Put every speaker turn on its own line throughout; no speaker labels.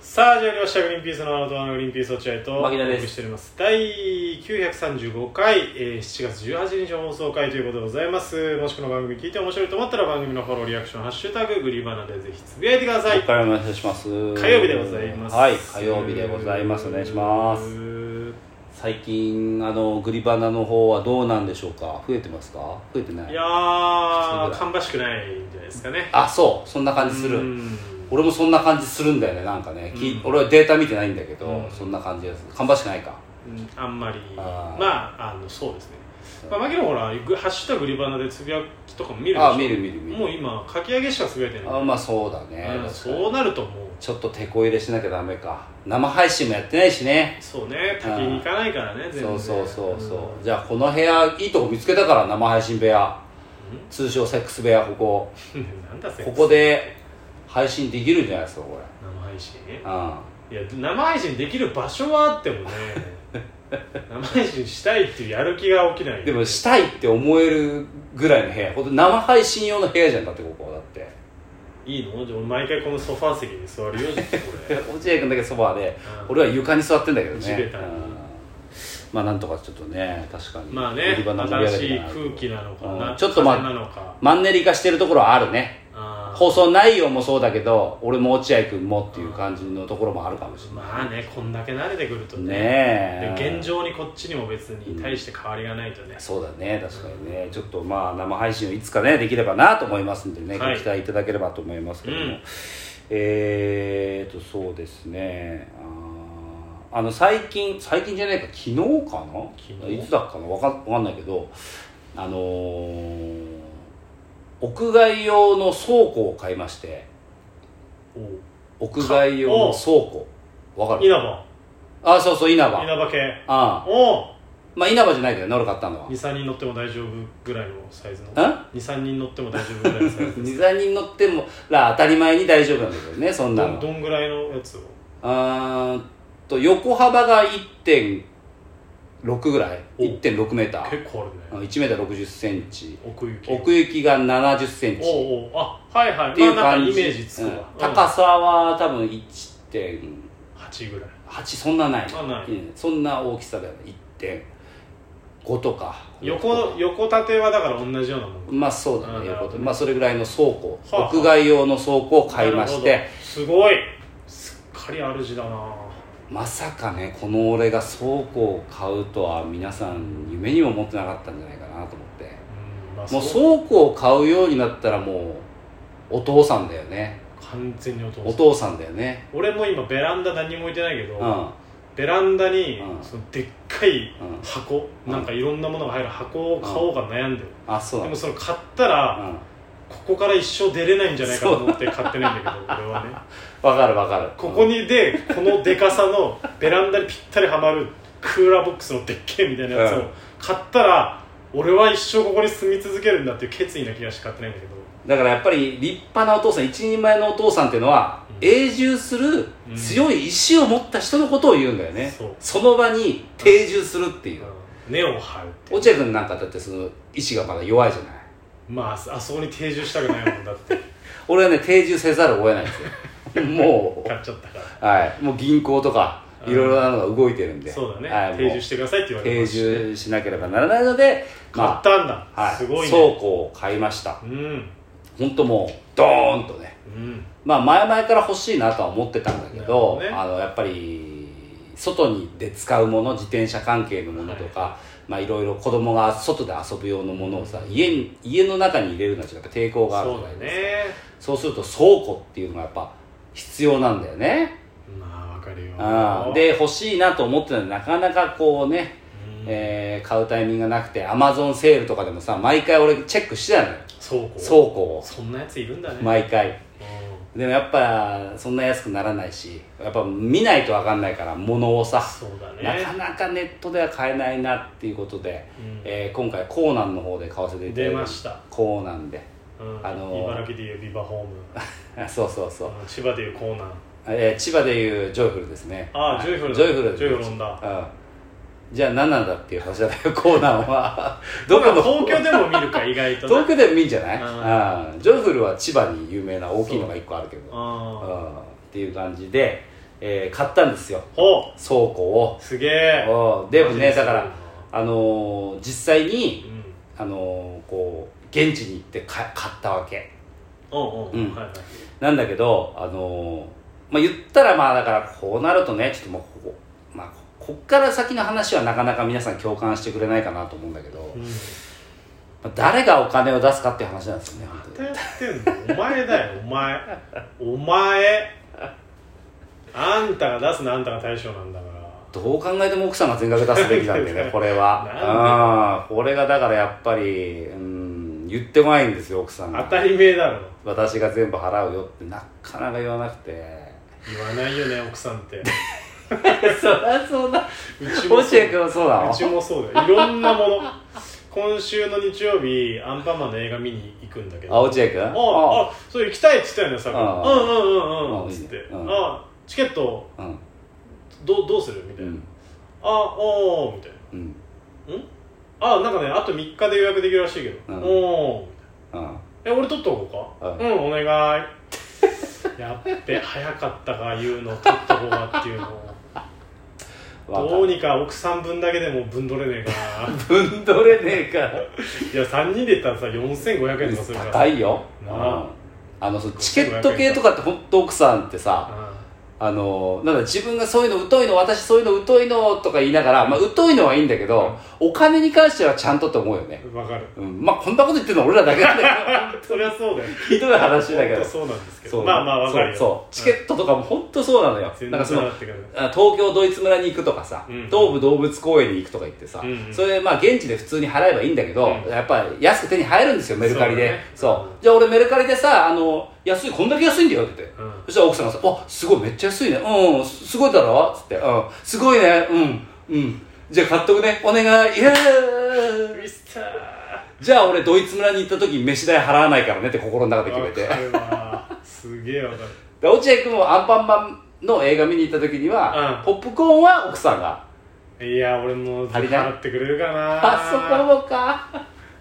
さあ始まりました「グリーンピースのアウトアのグリーンピース落合」と
牧田です
お送りしております第935回、えー、7月18日放送回ということでございますもしこの番組聞いて面白いと思ったら番組のフォローリアクション「ハッシュタググリバナ」でぜひつぶやいてください
お願いします
火曜日でございます
はい火曜日でございますお願いします最近あのグリバナの方はどうなんでしょうか増えてますか増えてない
いや
普
ー
通ぐ
芳しくないんじゃないですかね
あそうそんな感じす
う
る
ん
俺もそんな感じするんだよねなんかね、き
うん
俺はデータ見てないんだけど、
うん
そんな感じです芳しくないか
うんあんまり
あー
まああのそうですねまあ、マキのほら、グハッシュタググリバナでつぶやきとかも見るでしょ
あ見る見る見る
もう今、かき上げしかつぶやいてない
あまあそうだね、
うん
確かに
そうなるともう
ちょっと手こ入れしなきゃダメか生配信もやってないしね
そうね滝に行かないからね全然
そうそうそうそう、
ん
じゃあこの部屋いいとこ見つけたから生配信部屋通称セックス部屋ここ
なん だせ
ここで配信できるんじゃないですかこ
生配信
れうん
いや生配信できる場所はあっても ね生配信したいっていうやる気が起きない
でもしたいって思えるぐらいの部屋ほんと生配信用の部屋じゃんだってここだって
いいのじゃあ俺毎回このソファー席に座るよじゃあこれ
落合君だけソファーで
うん
俺は床に座ってんだけどね
地べたに
うんまあなんとかちょっとね確かに
まあね
売り場の部屋
新
だけ
しい
ど
空気なのか
う
なん
ちょっとま
風
あ
なのか
マンネリ化してるところはあるね
あー
放送内容もそうだけど俺も落合君もっていう感じのところもあるかもしれない
まあねこんだけ慣れてくると
ねえ
で現状にこっちにも別に大して変わりがないとね、
そうだね確かにねちょっとまあ生配信をいつかねできればなと思いますんでね、
はい
ご期待いただければと思いますけども、
うん
えーっとそうですねあーあの最近最近じゃないか昨日かな
昨日
いつだっかなわかわかんないけどあのー屋外用の倉庫を買いまして屋外用の倉庫わか
お
る
稲葉
あそうそう稲葉
稲葉系
ああ
おお
まあ稲葉じゃないけどね俺買ったのは
23人乗っても大丈夫ぐらいのサイズの
ん
23人乗っても大丈夫ぐらいのサイズです
膝に乗ってもら当たり前に大丈夫なんだけどね そんな
どん
の
どんぐらいのやつを
うーんと横幅が1.6ぐらい
お
1.6メーター
結構あるね
1メーター60センチ
奥行き
奥行きが70センチっ
おうおうあはいはい
ていう
まあなん
感
かイ
じ、
メージつくわ、
うん高さは多分1.8
8ぐらい
そんなない
あない
うんそんな大きさだよね1.5とか
横横縦はだから同じようなもんか
まあそうだ
あ
ね
なるほどね
横とまあそれぐらいの倉庫
はあはあ
屋外用の倉庫を買いまして、
なるほどすごいすっかり主だな
まさかねこの俺が倉庫を買うとは皆さん夢にも思ってなかったんじゃないかなと思って
うんまあ
もう
そう
倉庫を買うようになったらもうお父さんだよね
完全にお父
お
さん
父さんだよね
俺も今ベランダ何も置いてないけど、
うんうん
ベランダに、
うん
そのでっかい
うん
箱、
うん
なんかいろんなものが入る箱を買おうか悩んでる、
あそう
で
な
も
んだ
それ買ったら、
うん
ここから一生出れないんじゃないかと思って買ってないんだけど 俺はね
わかるわかる
ここにでこのでかさのベランダにぴったりはまるクーラーボックスのでっけえみたいなやつ
う
を
ん
買ったら、俺は一生ここに住み続けるんだっていう決意な気がして買ってないんだけど
だからやっぱり立派なお父さん一人前のお父さんっていうのは、
うん
永住する強い意志を持った人のことを言うんだよね、
そう
その場に定住するっていう、
根を張るって
落合君なんかだってその意志がまだ弱いじゃない
まああそこに定住したくないもんだって
俺はね定住せざるを得ない んですよも
買っちゃったから
うはいもう銀行とか
うん
いろいろなのが動いてるんで
そうだね、
はい、
定住
し
してくださいって言われ
定
ましたね
住しなければならないので
買っ
ま
たんだ、
あ、はい、
すごいね
倉庫を買いました
うん
本当もうドーンとね
うん
まあ前々から欲しいなとは思ってたんだけ
なるほ
ど
どね
あのやっぱり外にで使うもの自転車関係のものとか、まあいろいろ子供が外で遊ぶ用のものをさ家に家の中に入れるのはちょっとやっぱ抵抗がある
そ
じゃ
う
な
だ
いですか
ね
そうすると倉庫っていうのがやっぱ必要なんだよね。
まあわかるよ
うん、で、欲しいなと思ってたのになかなかこうね、
うん
えー買うタイミングがなくて、アマゾンセールとかでもさ、毎回俺チェックしてたのよ。
倉庫
倉庫を。
そんなやついるんだね、
毎回。
うん
でもやっぱ、そんな安くならないし、やっぱ見ないとわかんないから、物をさ、
そうだ
な
ね
かなかネットでは買えないなっていうことで、
うん
えー今回コーナンの方で買わせていただい
出
て。
ました、
コーナンで。
うん
あのー
茨城でいうビバホーム
あそうそうそう。
うん千葉でいうコーナー
えー千葉でいうジョイフルですね
ああ、
はい
ジョイフルだ
ジョイフル
ジョイフルなんだ
うんじゃあ何なんだっていう話だよコーナー はどこの
東京でも見るか意外と
東京でもいいんじゃない
うん
うんジョイフルは千葉に有名な大きいのが1個あるけど
あ
うんっていう感じでえー買ったんですよ
ほ
倉庫
うすげえ
をうんでもねだか
う
ら
ん
あのー実際に
うん
あのーこう現地に行ってか買ったわけ
おうおう
うん
はいはい
なんだけどあのーまあ言ったらまあだからこうなるとねちょっともうここまあこっから先の話はなかなか皆さん共感してくれないかなと思うんだけど、
うん
まあ誰がお金を出すかっていう話なんですよね本当に
やってんのお前だよお前お前あんたが出すのあんたが大将なんだから
どう考えても奥さんが全額出すべき なんでねこれはうんこれがだからやっぱりうん言ってこないんですよ奥さんが
当たり前だろ
私が全部払うよってなかなか言わなくて
言わないよね奥さんってう
そりゃそうだ
ちも
落
そう
合君はそうなの
うちもそうだよいろんなもの今週の日曜日アンパンマンの映画見に行くんだけど
あ落合君
ああそう行きたいっつったよねさっき
あ
うんうんうんうん
あ
っつって、
うん
あチケット
あうん
どうどうするみた
う
いな、
ん
あおおみたいな
うん
あなんかねあと3日で予約できるらしいけど、
うん
おおみ
うん
たいなえ俺取っとこうか、
うん
うんお願い やっべ早かったか言うの取っとこうかっていうの
わか
どう
る
にか奥さん分だけでも分取れねえかな
分取れねえから
い や3人で行ったらさ4500円とかするから
高いよ
な
う
あ
んあのそうチケット系とかって本当奥さんってさあのなんだ自分がそういうの疎いの私そういうの疎いのとか言いながら、まあ、疎いのはいいんだけど、お金に関してはちゃんとって思うよね、
うんわかる
うん、まあこんなこと言ってるの俺らだけなんだけど
そりゃそうだよ
ひどい話だけ
本
ど
当そうなんですけ
そ
ど
う
まあまあわかるよ
そうそうチケットとかも本当そうなのよ、
全
なん
然
かそ
な
の
ってくる
あ東京ドイツ村に行くとかさ、
うん
東武動物公園に行くとか言ってさ、
うんうん
それまあ現地で普通に払えばいいんだけど、
うん
やっぱり安く手に入るんですよメルカリで
そ
そうう,、
だね
じゃあ俺メルカリでさあの安いこんだけ安いんだよって言って、
うん
そしたら奥さんがさ「あすごいめっちゃ安いねうんすすごいだろ?」っつって「うんすごいねうんうんじゃあ買っとくねお願いイエーイ
ミスター
じゃあ俺ドイツ村に行った時飯代払わないからね」って心の中で決めて
わかるわすげえわかる
で落合君もアンパンマンの映画見に行った時には、
うん
ポップコーンは奥さんが
いや俺も
足りない
払ってくれるかな
あそこもか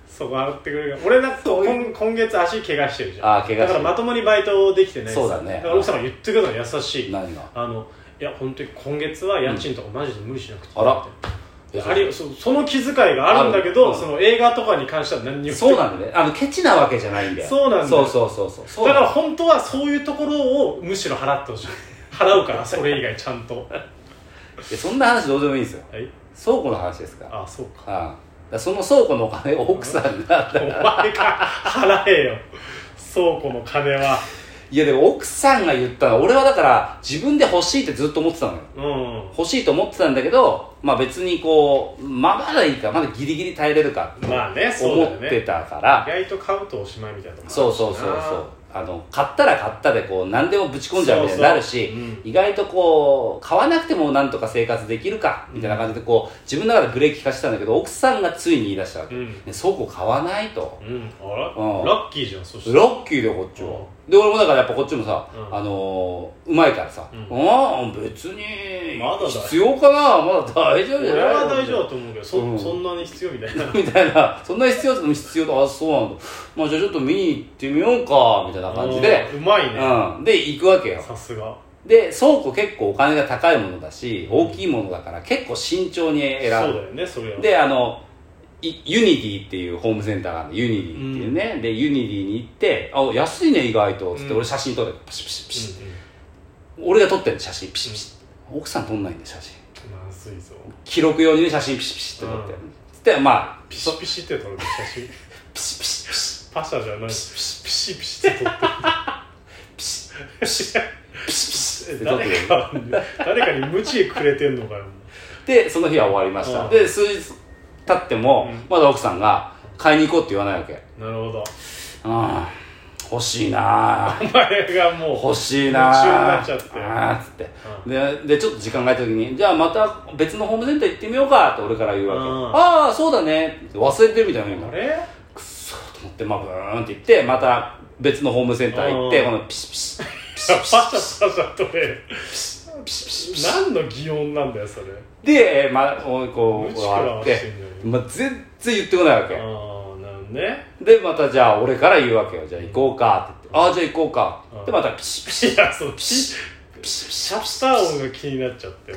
そこ払ってくれるか俺だと
そう
今
い
今月足怪我してるじゃん
あー怪我してる
だからまともにバイトできてない
そうだね
から奥さんが言ってくれたの優しい
何が
あのいや本当に今月は家賃とかマジで無理しなくていい
あら
ってありそうその気遣いがあるんだけど、
あるうん
その映画とかに関しては何にも
そうなんだねあのケチなわけじゃないんだよ
そうなんだよ
そうそうそうそうそう
だ
な
か
ん
ら本当はそういうところをむしろ払ってほし い払うからそれ以外ちゃんと
いやそんな話どうでもいいんですよ
はい
倉庫の話ですから
あそうか
ああその倉庫のお金を奥さんが
お前が払えよ倉庫の金はい
やでも奥さんが言ったの俺はだから自分で欲しいってずっと思ってたのよ
うん
欲しいと思ってたんだけどまあ別にこうまあまだいいかまだギリギリ耐えれるかって
まあねそう
思
だよ
って
ね
たから、
意外と買うとおしまいみたいなとこ
そうそうそうそうあの買ったら買ったでこう何でもぶち込んじゃうみたいになるし
そうそううん
意外とこう買わなくてもなんとか生活できるかみたいな感じでこう自分の中でブレーキ効かしてたんだけど奥さんがついに言い出したわけ、
うん
ね、倉庫買わないと
うん、うん、あら、
うん
ラッキーじゃんそして
ラッキーでこっちはで俺もだからやっぱこっちもさ、
うん
あのーうまいからさ「
うん
うん別に
まだだ
必要かなまだ大丈夫じ
俺
ゃない
は大丈夫だと思うけどそ,、
うん
ん、そんなに必要みたいな
みたいな、そんな必要と必要と、あ、そうなんだ。まあじゃあちょっと見に行ってみようか、みたいな感じで、
うんうまいね
うん。で、行くわけよ。
さすが
で倉庫結構お金が高いものだし大きいものだから結構慎重に
そうだ
選ぶ
よねそれは
であのいユニディっていうホームセンターがあるのユニディっていうね、でユニディに行って「あ安いね意外と」つって
うん
俺写真撮るピシピシピシ、
う
俺が撮ってる写真ピシピシ、奥さん撮んないんで写真
んうんまずいぞ
記録用にね写真ピシピシって撮って、
うん
つってまあ
ピシピシって撮るの写真
ピシピシピシ
パシャじゃないピシピシピシって撮って
ピシ
ピシ
ピシピシって撮って
誰
る
か誰かに無知くれてんのかよ
でその日は終わりました、
うん
で数日経っても、
うん
まだ奥さんが買いに行こうって言わないわけ、
なるほど
うん欲しいなあ
お前がもう
欲しいなあ
夢中になっちゃって
ああっつって、ででちょっと時間が空いた時にじゃあまた別のホームセンター行ってみようかって俺から言うわけ、
うん
ああそうだねって忘れてるみたいな言う
あ
の
れ
くっそーと思ってまあブーンって行ってまた別のホームセンター行って、
うん
このピシピシピ
パシャ
シ
パ
ピシ
シャ撮れる
ピシピシピシ
何の擬音なんだよそれ
で、えーまあ、こ
無
う
知から
終わ
は
っ
して
て、
んのに
まあ、全然言ってこないわけ、
ああなるほどね
でまたじゃあ俺から言うわけよじゃあ行こうかって言って、ああじゃあ行こうか、でまたピシピシ
いやそうピシって
ピ
シ
シャピシャ
ャ
ピシャ
ッター音が気になっちゃって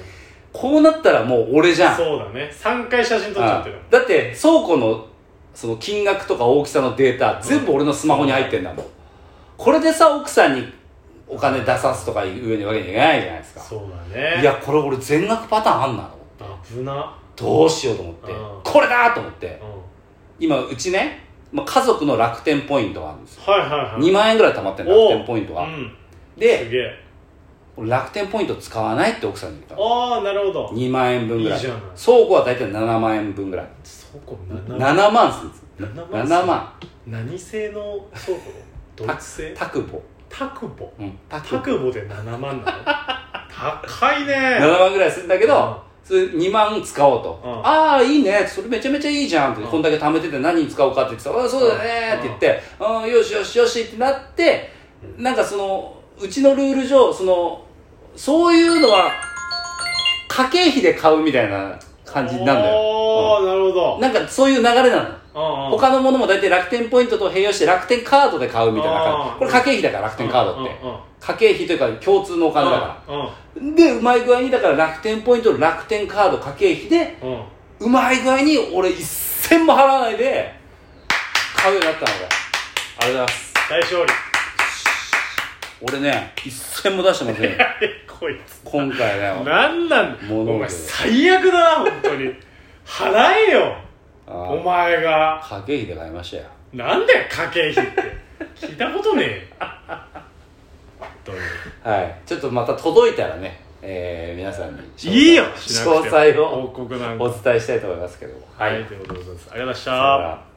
こうなったらもう俺じゃん
そうだね3回写真撮っちゃってるもん
だって倉庫のその金額とか大きさのデータ全部俺のスマホに入ってんだもん、これでさ奥さんにお金出さすとかいう上にわけにいかないじゃないですか
そうだね
いやこれ俺全額パターンあんなの
危な
どうしようと思って
うん
これだと思って
うん
今うちね、まあ、家族の楽天ポイントがあるんですよ
はいはいはい
2万円ぐらい貯まってる楽天ポイントが
うんす
で
げえ
俺楽天ポイント使わないって奥さんに言ったの
ああなるほど
2万円分ぐらい
いいじゃない
倉庫は大体7万円分ぐらい
倉庫
7
7
万するんです
7万
7万
何製の倉庫ドイツ製
タクボ
タクボ
うんタク
タ
ボ
クボで7万なの高いね
7万ぐらいするんだけ
うん
ど、それ2万使おうと、
うん
ああいいねそれめちゃめちゃいいじゃんって、
うん
こんだけ貯めてて何に使おうかって言ってたらあそうだねって言って、うんよしよしよしってなってなんかそのうちのルール上そのそういうのは家計費で買うみたいな感じになるんだ
あ
よ、
あなるほ
う
ど
んなんかそういう流れなの
うんうん
他のものも大体楽天ポイントと併用して楽天カードで買うみたいな感
あー
じこれ家計費だから楽天カードって
うんうんうん
家計費というか共通のお金だからでうまい具合にだから楽天ポイント楽天カード家計費で
うんうん
うまい具合に俺一銭も払わないで買うようになったの俺ありがとうございます
大勝利
俺ね一銭も出してませんよ
えこいつ
今回ね
なんなんだ
物
お
が
前最悪だな本当に払えよ
あ
お
ー
前が
家計費で買いましたよ
なんだよ家計費って聞いたことねえよ本当に
はいちょっとまた届いたらね、えー皆さんに詳細
いいよ
詳細を
報告なんか
お伝えしたいと思いますけども
はい、ということでございますありがとうございまし
さよ
た
なら